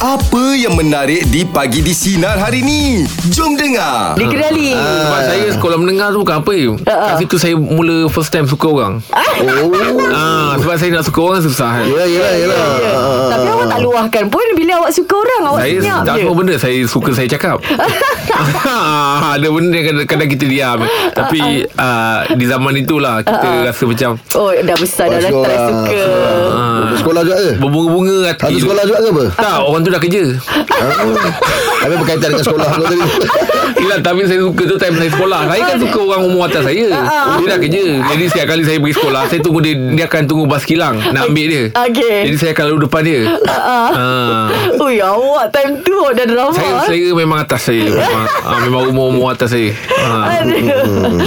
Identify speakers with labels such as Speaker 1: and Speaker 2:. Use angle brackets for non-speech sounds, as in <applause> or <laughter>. Speaker 1: Apa yang menarik di pagi di sinar hari ni? Jom dengar.
Speaker 2: Dia kenali
Speaker 3: Sebab saya sekolah menengah tu bukan apa
Speaker 2: ah.
Speaker 3: Kat situ saya mula first time suka orang
Speaker 4: Oh.
Speaker 3: ah, Sebab saya nak suka orang susah kan
Speaker 4: Yelah, yelah, yelah.
Speaker 2: Ya, Tapi awak tak luahkan pun Bila awak suka orang Awak
Speaker 3: Ah. Saya
Speaker 2: senyap
Speaker 3: tak
Speaker 2: je
Speaker 3: semua benda Saya suka saya cakap Ah, Ada benda yang kadang- kadang kita diam Tapi ah, Di zaman itulah Kita rasa macam
Speaker 2: Oh dah besar Dah dah
Speaker 4: Masuk
Speaker 2: tak
Speaker 4: lah.
Speaker 2: suka
Speaker 4: Ah. Sekolah juga ke?
Speaker 3: Berbunga-bunga hati
Speaker 4: Satu
Speaker 3: tu.
Speaker 4: sekolah juga ke
Speaker 2: <laughs>
Speaker 4: apa?
Speaker 3: Tak orang tu dah kerja
Speaker 4: Oh. Tapi berkaitan dengan sekolah kau tadi.
Speaker 3: Yelah tapi saya suka tu Time saya sekolah Saya kan suka orang umur atas saya Dia dah kerja Jadi setiap kali saya pergi sekolah Saya tunggu dia Dia akan tunggu bas kilang Nak ambil dia
Speaker 2: Okey.
Speaker 3: Jadi saya akan lalu depan dia Ah.
Speaker 2: Ui awak time tu awak Dah drama
Speaker 3: Saya,
Speaker 2: eh. <laughs>
Speaker 3: saya memang atas saya Memang, ah, memang umur-umur atas saya ah.
Speaker 2: Aduh.